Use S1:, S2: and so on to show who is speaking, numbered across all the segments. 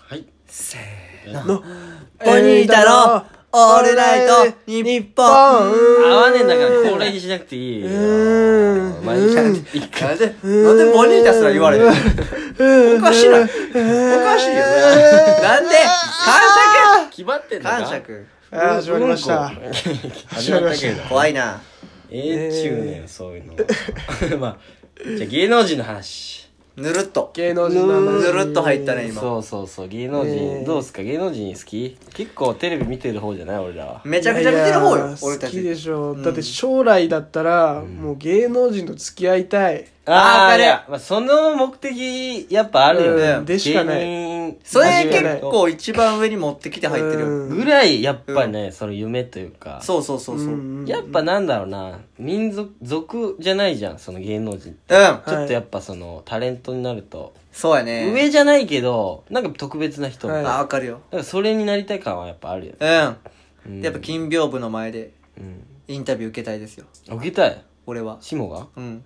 S1: はい
S2: せーの。ポニータのオールナイト日本
S1: 合わねえんだから、これにしなくていいよ。
S2: うん
S1: まあ、一回、一
S3: なん
S1: 回。
S3: で、なんでボニータすら言われるおかしいな。おかしいよね。なんで
S1: 決まってんのか
S3: 感謝くん
S2: あー、始まりました。
S1: 始まったけど。
S3: 怖いな。
S1: ええ、ちゅうねん、そういうの。 まあ、じゃあ芸能人の話。
S3: ぬるっと。
S2: 芸能人の
S3: ぬ
S2: 話
S3: るっと入ったね、今。
S1: そうそうそう、芸能
S2: え
S1: 人、
S2: ー
S1: どうすか芸能人好き結構テレビ見てる方じゃない俺らは。
S3: めちゃくちゃ見てる方
S2: いや
S3: よ
S2: いや、
S3: 俺た
S2: 好きで
S3: ち。
S2: しょ。だって将来だったら、もう芸能人と付き合いたい。
S3: あー
S1: ー
S3: わかる
S1: いやまあ、その目的、やっぱあるよ
S2: う
S1: ね。
S2: んでしかない
S1: 芸人
S3: それ
S1: 始める
S3: 結構一番上に持ってきて入ってる
S2: う
S3: よ。
S2: ん
S1: ぐらい、やっぱね、その夢というか。
S3: そうそうそうそう。う。
S2: うんん
S1: やっぱなんだろうな、民族、族じゃないじゃん、その芸能人って。
S2: はい
S1: ちょっとやっぱその、タレントになると、
S3: そうやね。
S1: 上じゃないけど、なんか特別な人みたい
S2: はい
S1: な。
S3: あ、わかるよ。
S1: だからそれになりたい感はやっぱあるよね。
S3: うん。
S1: うん
S3: やっぱ金屏風の前で
S1: うん。
S3: インタビュー受けたいですよ。
S1: 受けたい。
S3: 俺は。
S1: シモが
S3: うん。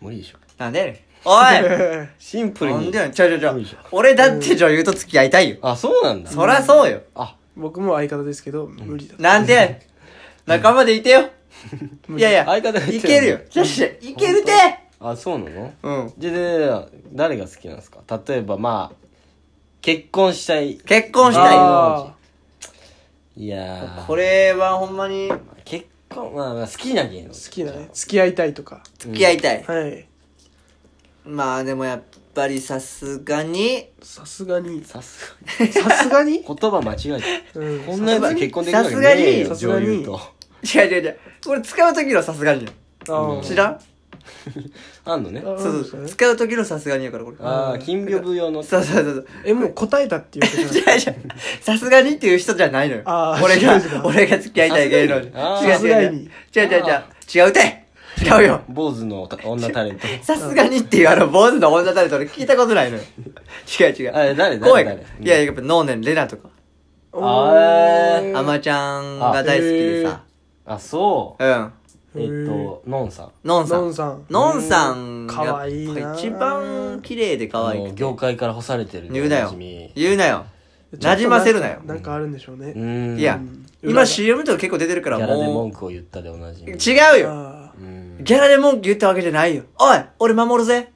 S1: 無理でしょ。
S3: なんでやねんお い
S1: シンプル
S3: な
S1: に。
S3: んでやねんちゃうちゃうちゃ
S1: 無理
S3: う
S1: じゃん。
S3: 俺だって女優と付き合いたいよ。
S1: あ、そうなんだ。
S3: そらそうよ。
S1: あ、
S2: 僕も相方ですけど、無理だ。
S3: なんで、仲間でいてよ。いやいや、
S1: 相 方が言ってる
S3: いけるよ。じゃし、いけるて
S1: あ、そうなの
S3: うん。
S1: じゃあじゃあじゃあ誰が好きなんですか例えばまあ、結婚したい。
S3: 結婚したいよ。
S2: あ
S1: いやー、
S3: これはほんまに
S1: 結婚、まあまあ好きな芸能
S2: ー好きなね。付き合いたいとか。
S3: 付き合いたい。
S2: はい。
S3: まあでもやっぱりさすがに、
S2: さすがに。
S1: さすが
S2: さす がに
S1: に。言葉間違え て。
S2: うん
S1: こんなやつ結婚できるわけねえよ、
S2: さすが
S1: 女
S2: に
S1: 優と。
S3: 違う違う違う。俺使う時のさすがによ。
S2: あー
S3: 知らん
S1: あんのね。
S2: あ
S3: そ
S2: そう
S3: う
S2: です
S3: そ
S2: よ
S3: う。
S2: ね
S3: 使う時のさすがにやからこれ。
S1: ああ、金屏風用の。
S3: そうそうそうそう。
S2: え、もう答えたっていうことじゃない
S3: 違う違う。さすがにっていう人じゃないのよ
S2: あ。ー
S3: 俺
S2: 違
S3: が
S2: う違う、
S3: 俺が付き合いたい芸能人。
S1: あー
S3: 違う違う違う。違う違う違う。違うて違うよ。
S1: 坊主の女タレント。
S3: さすがにっていうあの、坊主の女タレント俺聞いたことないのよ。違う違う。
S1: あれ誰誰
S3: 怖いから。い
S1: 誰
S3: や、やっぱ、能年レナとか、
S1: あー
S3: あまちゃんが大好きでさ。
S1: あ、そ
S3: うん。
S1: う。えっと、のんさん。
S3: のんさ
S2: ノン
S3: ん。
S2: さん。
S3: のんさん、
S2: かわいいな
S3: やっぱ一番綺麗で可
S1: あ
S3: 愛
S1: の
S3: くて。
S1: 業界から干されてるで
S3: 言うな
S1: おな
S3: よ
S1: じみ。
S3: 言うなよ。馴染ませるなよ。
S2: なんかあるんでしょうね。
S1: うーん。
S3: いや
S1: ギ、
S3: 今 CM とか結構出てるから
S1: ャラで文
S3: も
S1: 句を言ったでおなじ
S3: う、
S1: み。
S3: 違うよ。
S2: あ
S1: うん。
S3: ギャラで文句言ったわけじゃないよ。おい俺守るぜ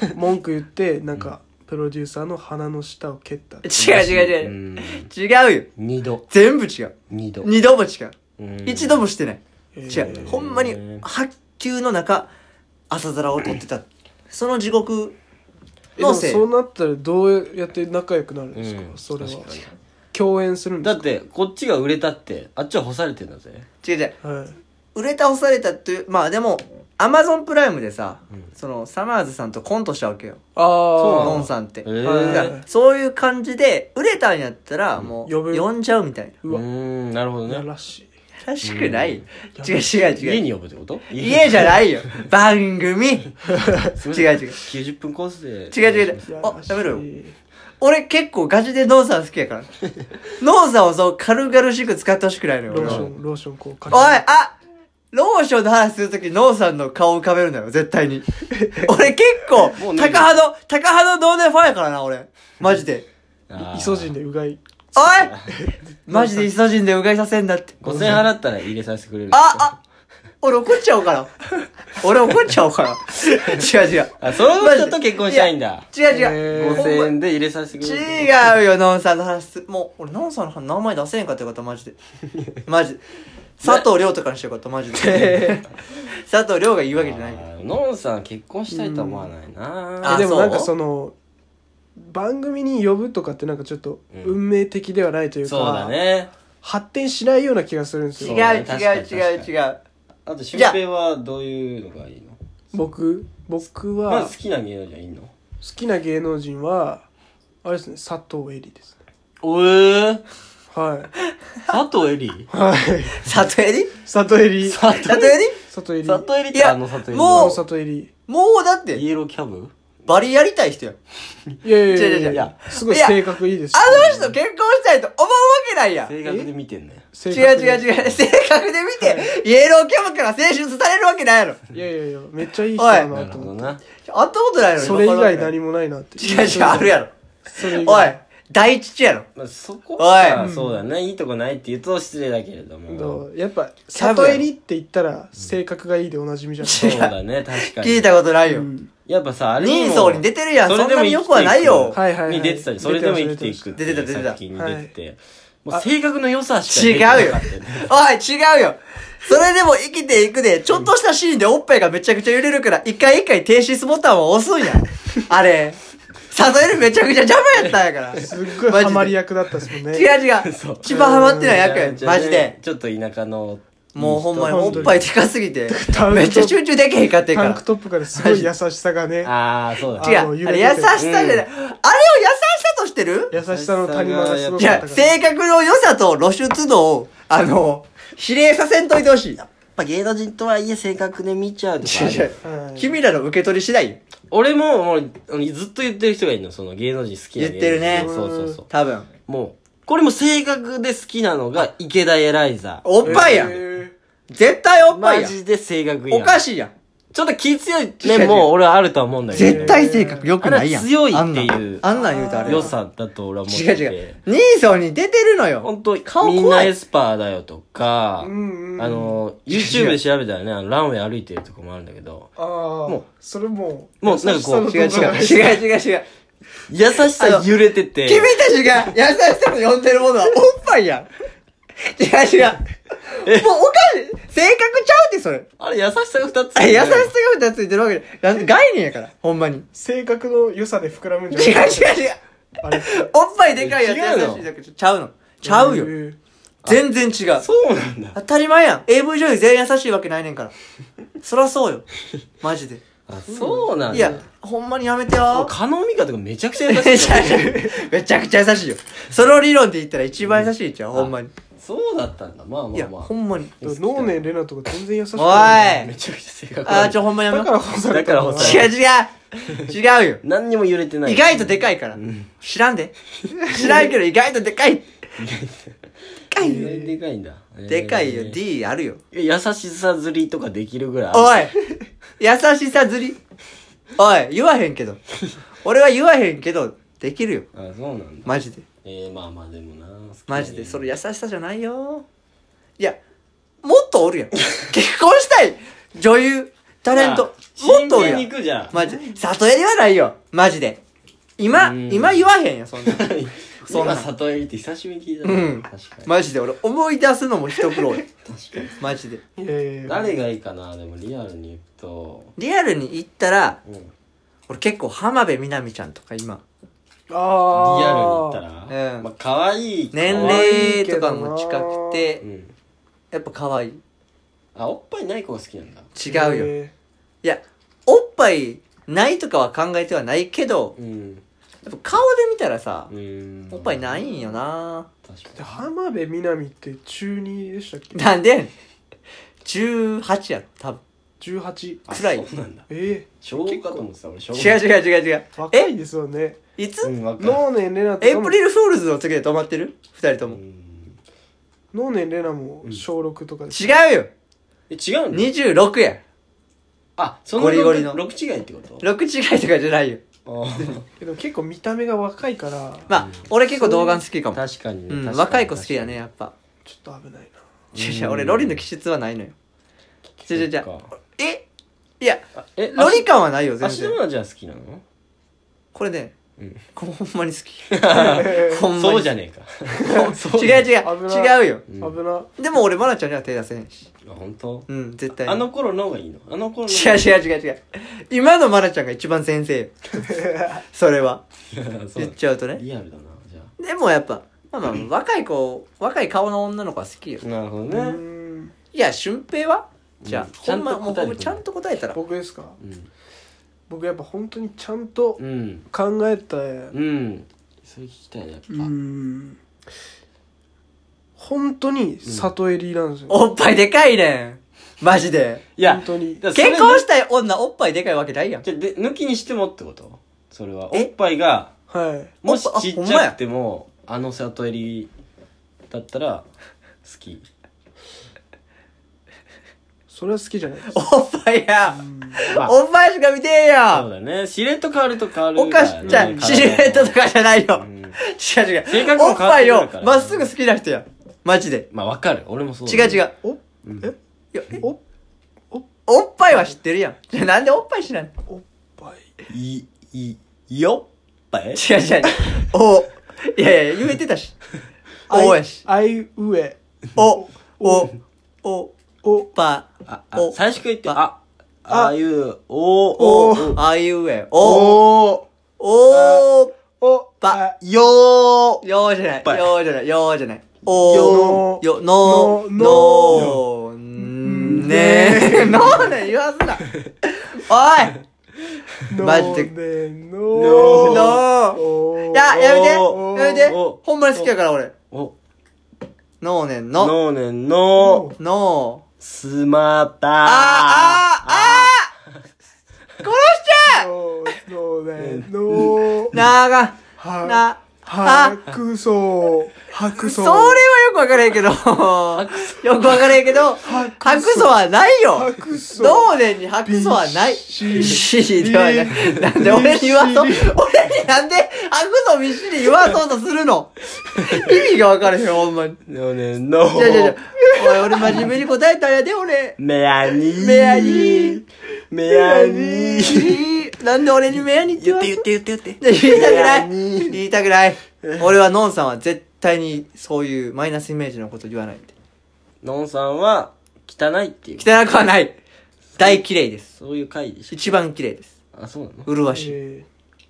S2: ー文句言って、なんか、プロデューサーの鼻の下を蹴った。
S3: 違う違う違う。
S1: ん
S3: 違うよ
S1: 二度。
S3: 全部違う。
S1: 二度。
S3: 二度も違う。
S1: うん
S3: 一度もしてない。
S2: え
S3: 違
S2: ー
S3: う。ほんまに、白球の中、朝皿を取ってた。その地獄
S2: えでも
S3: のせい。
S2: そうなったらどうやって仲良くなるん
S1: う
S2: ですか、
S1: ん。
S2: それは
S1: 確かに
S2: 共演するんで
S1: だ
S2: す
S1: っ
S2: か
S1: て、こっちが売れたって、あっちは干されてんだぜ。
S3: 違う違う。
S2: はい、
S3: 売れ倒されたという、まあでも、アマゾンプライムでさ、その、サマーズさんとコントしたわけよ。
S2: ああ
S1: そうな
S3: ノ
S1: の
S3: ンさんって。
S1: えー
S3: だからそういう感じで、売れたんやったら、もう、
S2: 呼ぶ
S3: 呼んじゃうみたいな。
S2: う
S1: う
S2: わ
S1: ん、なるほど
S2: や
S1: ね。
S2: らしい
S3: らしくない。違う違う違う。
S1: 家に呼ぶってこと
S3: 家じゃないよ。番組。違う違う。
S1: 90分コースで。
S3: 違う違う違う。
S2: や
S3: あ
S2: ら、しい
S3: やめろよ。俺結構ガチでノーザン好きや から。ノーザンをそう軽々しく使ってほしくないのよ。
S2: ロ
S3: 俺
S2: ーシ
S3: は
S2: ョンローション効果
S3: おい、あローションの話するとき、ノーさんの顔を浮かべるなよ、絶対に。 俺結構
S1: もう、ね
S3: 高派の、高派の同年ファンやからな、俺。マジ で。
S1: あー
S2: イソジンでうがい
S3: おいマジでイソジンでうがいさせんなって。
S1: 5000円払ったら入れさせてくれる。
S3: あ、あ、俺怒っちゃおうから。俺怒っちゃお うから。違う違う。
S1: あその人と結婚したいんだ。
S3: 違
S2: え
S3: う違う。
S2: ー
S3: ほんま
S1: 5000円で入れさせてくれる。
S3: 違うよ、ノンさんの話す。もう、俺、ノンさんの話名前出せんかったよかった、マジで。マジで。佐藤亮とかにしてよかった、マジで。佐藤亮が言うわけじゃないよ。
S1: あーのんさん結婚したいとは思わないな
S3: あ
S2: えでも
S3: そう
S2: なんかその番組に呼ぶとかってなんかちょっと
S1: うん
S2: 運命的ではないというか、
S1: そうだね
S2: 発展しないような気がするんです
S3: 違
S1: そう
S2: よ
S3: う
S1: だね
S3: 違う
S1: 確か
S3: 違
S1: に
S3: う違う。
S1: あと俊平はどういうのがいいの
S2: 僕僕
S1: ま
S2: は
S1: ず
S2: 好
S1: 好きな芸能人はいいの
S2: きな芸能人はあれですね佐藤恵里ですね
S1: おえ
S2: はい
S1: 佐藤恵 里
S2: はい
S3: 里襟
S2: 佐藤恵里
S1: 佐
S3: 里襟
S2: 佐藤恵里
S1: 里恵里っ
S3: い
S1: て
S3: や
S1: あの佐藤恵里
S3: もう
S2: 佐藤恵里
S3: もうだって、
S1: イエローキャブ
S3: バリやりたい人よ。
S2: いやいやいや
S3: 違う違う
S2: い
S3: 違
S2: や
S3: う、
S2: すごい
S3: いや
S2: 性格いいですし。
S3: あの人結婚したいと思うわけないやん。違
S1: 正確で見てんね
S2: 人
S3: う違う違う。性格で見て、イエローキャブから青春されるわけないやろ。
S2: う。いやいやいや、めっちゃいい人だ
S1: な
S2: な
S1: る
S2: と
S1: ほ
S2: 思
S1: ど
S2: っ
S1: な
S3: 会ったことない
S2: て。
S3: のに。
S2: それ以外
S3: 違う
S2: 何もないなって。
S3: 違う、あるやろ。
S2: それ以
S3: おい
S2: 外。、
S3: 大父やろ
S1: まあ、そこは
S3: おい
S1: そうだねいいとこないって言うと失礼だけれども
S2: どうやっぱ
S3: キャブ
S2: 里襟って言ったら性格がいいでおなじみじゃん
S1: そうだね確かに
S3: 聞いたことないよ、
S2: うん
S1: やっぱさあれに
S3: 人
S1: も
S3: 相に出てるやんそ
S1: れで
S3: んな
S1: も
S3: によくはない
S1: 生
S3: よ
S1: きてく
S2: はいはいはい
S1: に出てたりそれでも生きていくっていう
S3: 出てた出てた
S1: 作品に出ててもう性格の良さしか
S3: 違う
S1: 出て
S3: よ
S1: なかったね
S3: おい違うよそれでも生きていくでちょっとしたシーンでおっぱいがめちゃくちゃ揺れるから一回一回停止ボタンを押すんやあれサトエルめちゃくちゃ邪魔やったんやから
S2: すっごいハマり役だったっすもんね
S3: 違う違
S1: そう
S3: う一番ハマってな い役やんマジで
S1: ちょっと田舎の
S3: もうほんまに
S2: 本
S3: お
S2: 当に
S3: っぱいでかすぎて
S2: タンクトップ
S3: めっちゃ集中できへんかってんか
S2: タン
S3: ら
S2: クトップからすごい優しさがね
S1: ああそうだね
S3: 違う
S2: あ
S3: あ
S2: の
S3: れ
S2: 揺
S3: 優
S2: れ
S3: して
S2: て
S3: さじゃないあれを優しさとしてる
S2: 優しさの谷間がすご
S3: い
S2: かっ
S3: や、
S2: たから
S3: 性格の良さと露出度を、あの、比例させんといてほしい。
S1: やっぱ芸能人とはいえ性格で見ちゃうとかあるよ
S2: はい
S3: 君らの受け取り次第よ
S1: 俺ももうあのずっと言ってる人がいるのその芸能人好きな芸能人
S3: 言ってるね
S1: そうそうそう
S3: 多分。
S1: もうこれも性格で好きなのが池田エライザ
S3: おっぱいやん。
S2: え
S3: 絶対 おっ
S1: マ
S3: ぱいやん。
S1: ジで性格いい
S3: おか
S1: い
S3: しいやん。
S1: ちょっと気強い面も俺はあるとは思うんだけど
S3: 絶対性格良くないやん。
S1: あれは強いっていう
S3: あんなんあんなん言うとあれ。
S1: 良。さだと俺は思っ
S3: 違
S1: て
S3: う
S1: て
S3: 違う。兄さんに出てるのよ。
S1: 本当
S3: 顔怖い
S1: みんなエスパーだよとか、あ
S2: うんうん
S1: の、YouTube で調べたらね、あのランウェイ歩いてるとこもあるんだけど、
S2: あ
S1: も
S2: あ
S1: う
S2: それもう
S1: もうなんかこう
S2: 優し
S3: 違う
S2: さの動画
S3: 違う。
S2: が
S3: 違う違う違う。
S1: 優しさ揺れてて、
S3: 君たちが優しさと呼んでるものはおっぱいやん。違う違う。もうおかしい。性格ちゃうってそれ。
S1: あれ優しさが2つ、
S3: あ優しさが二ついてるわけで。なん概念やから。ほんまに。
S2: 性格の良さで膨らむんじゃ
S3: 違う違う
S2: ない
S3: 違う。
S2: あれ
S3: おっぱいでかいやつ
S1: 違うの
S3: 優しいだけちゃうの。ちゃうよ。
S2: え
S3: 全然違う。
S1: そうなんだ。
S3: 当たり前やん。AV 女優全員優しいわけないねんから。そらそうよ。マ ジで。
S1: あ、そうなんだ。
S3: いや、ほんまにやめてよ。
S1: カノミカとかめちゃくちゃ優
S3: め
S1: しい
S3: ち
S1: か
S3: ゃ
S1: ら
S3: くちゃ
S1: ね。
S3: めちゃくちゃ優しいよ。その理論で言ったら一番優しいじゃん、ほんまに。
S1: そうだったんだ。まあ
S3: い
S1: ま
S3: や、
S1: あま
S3: ほんまに。
S2: ー能年玲奈とか全然優しく
S3: お
S2: ない
S1: あ。
S3: い
S1: めちゃくちゃ性格
S3: あー、ち
S1: ょ、
S3: ょ、ほんまやめ
S2: だ
S3: よ
S2: から干された
S1: だ
S2: のか
S1: か
S2: な
S1: ら干
S3: う。
S1: さ
S3: 違う違う。違うよ。
S1: 何にも揺れてない。
S3: 意外とでかいから。知らんで。知らんけど意外とでかい。でかいよ。
S1: えーでかいんだ。
S3: でかいよ
S1: え。ー
S3: D あるよ。
S1: 優しさ釣りとかできるぐらい。
S3: おい優しさずりおい言わへんけど。俺は言わへんけど、できるよ。
S1: あ、そうなんだ。
S3: マジで。
S1: えー、まあまあでもな。好きだね
S3: マジで。それ優しさじゃないよ。いや、もっとお るやん。結婚したい女優、タレント、もっとおる
S1: 真剣
S3: や
S1: に行
S3: ん。
S1: くじゃん。
S3: マジで。里襟はないよ。マジで。今、
S1: うん
S3: 今言わへん よ、そんな。そんな
S1: 今里襟って久しぶりに聞いた
S3: う
S1: ね
S3: ん
S1: 確かに。
S3: マジで俺思い出すのも一苦労や。
S1: 確かに。
S3: マジで。
S2: いやいやいや
S1: 誰がいいかなでもリアルに言うと。
S3: リアルに言ったら、
S1: うんリ
S3: 俺結構浜辺美波ちゃんとか今、
S2: ああ
S1: アルに言ったら、
S3: うん
S1: まあ可愛い
S3: 年
S1: 可愛い
S3: 齢とかも近くて
S1: う、ん。
S3: やっぱ可愛い。
S1: あ、おっぱいない子が好きなんだ。
S3: 違うよ。
S2: え
S3: いや、おっぱいないとかは考えてはないけど、
S1: うん。
S3: やっぱ顔で見たらさ
S1: う、ん。
S3: おっぱいないんよな
S1: 確
S2: ーで
S1: か
S2: 浜辺美波って中2でしたっけ
S3: なんでやねん ?18 やろ、多分。
S2: 18
S1: に。
S3: くらい
S1: あそうなんだ。
S2: え
S1: 小学かと思ってた俺、小
S3: 違う違う違う違う
S2: え。若
S3: え
S2: いですよね
S3: いつ、
S1: うん、わかる。
S2: 能年玲奈と
S3: エイ
S2: かも
S3: プリルフールズの時で止まってる二人と
S1: う
S3: も。
S1: ん
S2: 能年玲奈も小6とかです
S3: 違うよ
S1: え、違うの
S3: !26 や
S1: あ、その
S3: ゴリゴリの
S1: 六違いってこと
S3: 6違いとかじゃないよ。
S1: あー
S2: けど結構見た目が若いから
S3: まあ、俺結構童顔好きか も。
S1: 確かに
S3: う
S1: ね。
S3: ん、
S1: 確かに
S3: 若い子好きやね、。やっぱ。
S2: ちょっと危ないな
S3: 違う違う、俺ロリの気質はないのよ。違う違う違う
S1: そっか
S3: えいや、
S1: あえ、
S3: ロリ感はないよ、全
S1: 足
S3: 然
S1: の。マじゃあ好きなの
S3: これね、
S1: うん
S3: こほんまに好 き。
S2: え
S3: ほんまに。
S1: そうじゃねえ
S3: 違う違う。
S2: 危ない
S3: 違うよ。
S2: ー
S1: う
S2: 危な
S3: でも俺、マナちゃんには手出せへんし。
S1: か。あ、本当。
S3: うん、絶対に。
S1: あの頃の方がいいのあの頃の
S3: 違う違う違う違う。今のマナちゃんが一番先生よ。それは。
S1: う そう
S3: 言っちゃうとね。
S1: リアルだなじゃ
S3: でもやっぱ、まあまあ、若い子、若い顔の女の子は好きよ
S1: あ。なるほど
S2: うー
S1: ね
S2: ん
S3: いや、俊平はじゃ
S1: うん
S3: あ、ほんま、
S1: ちゃんと答えてくれ
S3: もうほんまちゃんと答えたら。
S2: 僕ですか
S1: うん
S2: 僕やっぱ本当にちゃんと
S1: うん
S2: 考えたう
S1: うんそれ聞きたいねやっぱ
S2: ーん本当に里襟なんですよ
S3: おっぱいでかいねん。マジで。
S1: いや
S2: 本当に
S1: だから
S3: 結
S1: それ
S3: 婚したい女、おっぱいでかいわけないやん。
S1: じゃあで抜きにしてもってことそれはお
S3: え
S1: っぱいが
S2: はい
S1: もし
S3: おっぱあ
S1: ちっ
S3: ほん
S1: ち
S3: まや
S1: ゃくてもあの里襟 だったら好き
S2: それは好きじゃないです
S3: おっぱいや、
S1: まあ
S3: おっぱいしか見てえ
S1: そう
S3: や
S1: だね。シルエット変わると変わる
S3: おかしじゃん、シルエットと
S1: か。
S3: かじゃないよ。
S1: うん
S3: 違う違う。
S1: 性格も変わっ
S3: おっ
S1: てくるから
S3: ぱいをまっすぐ好きな人や。マジで。
S1: まあわかる。俺もそう。
S3: 違う違
S1: う。
S3: う。
S2: おえ
S3: いやえ
S2: おっ
S3: おっぱいは知ってるやん。 じゃあなんでおっぱい知らんの
S2: おっぱい
S1: い、い、よっぱい
S3: 違う違う。お。いやいや、言えてたし。おやし。
S2: あいうえ
S3: お。お。お。
S2: お
S3: ぱ。
S1: あ、あ
S3: お
S1: 最初から言って、
S3: あ
S1: あ、あいう、おー、
S2: お
S1: ー
S3: あいうえ。お。
S1: お
S3: お。
S2: おっ
S3: ぱ
S1: ー、よー
S3: よーじゃない。
S1: ぱい
S3: よーじゃない。よーじゃない。お。
S2: よ
S3: よ、の、
S2: の
S3: の、んねえ。のーね言わす な。おマジで
S2: での
S3: い。
S1: の
S3: の
S2: お
S3: いや、やめて。
S1: お
S3: やめて
S1: お。
S3: ほんまに好きやから俺。
S1: お、
S3: のーねんの。
S1: のーねんのー、
S3: のー。
S1: すまたー。
S3: あーあーあー殺しちゃ
S2: の
S3: う
S2: での
S3: なあが、な、あ、
S2: 白草白草
S3: それはよくわからへんけど、よくわからへんけど、白素はないよ
S2: 白素
S3: 同年に白素はない
S2: びっしり
S3: しりではない。なんで俺に言わそう俺
S2: びっしり
S3: になんで白素びっしり言わそうとす るの意味がわからへん、ほんまに。
S1: のーねんの
S3: じゃじゃじ
S1: ー
S3: ゃ、おい、俺真面目に答えたんやで、俺。
S1: メアニー。
S3: メアニー。
S1: メアニー。
S3: なんで俺に目に言って言って言って言って。言いたくない言いたくない俺はノンさんは絶対にそういうマイナスイメージのこと言わないって。
S1: のんさんは、汚いっていう。
S3: 汚くはない大綺麗です。
S1: そういう回でしょ。
S3: 一番綺麗です。
S1: あ、そうなの
S3: 麗し
S2: え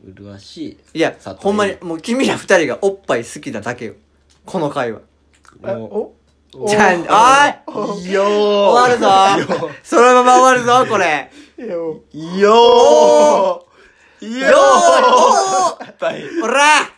S1: うるわしい。
S3: い。いや
S1: さ、て
S3: ほんまに、もう君ら二人がおっぱい好きなだけよ。この会話。
S2: ーあ
S1: も
S2: おお
S3: じゃあ、おいう
S1: よー
S3: 終わるぞそのまま終わるぞ、これ
S2: よ
S1: よーよ
S3: よー
S1: ー
S3: おら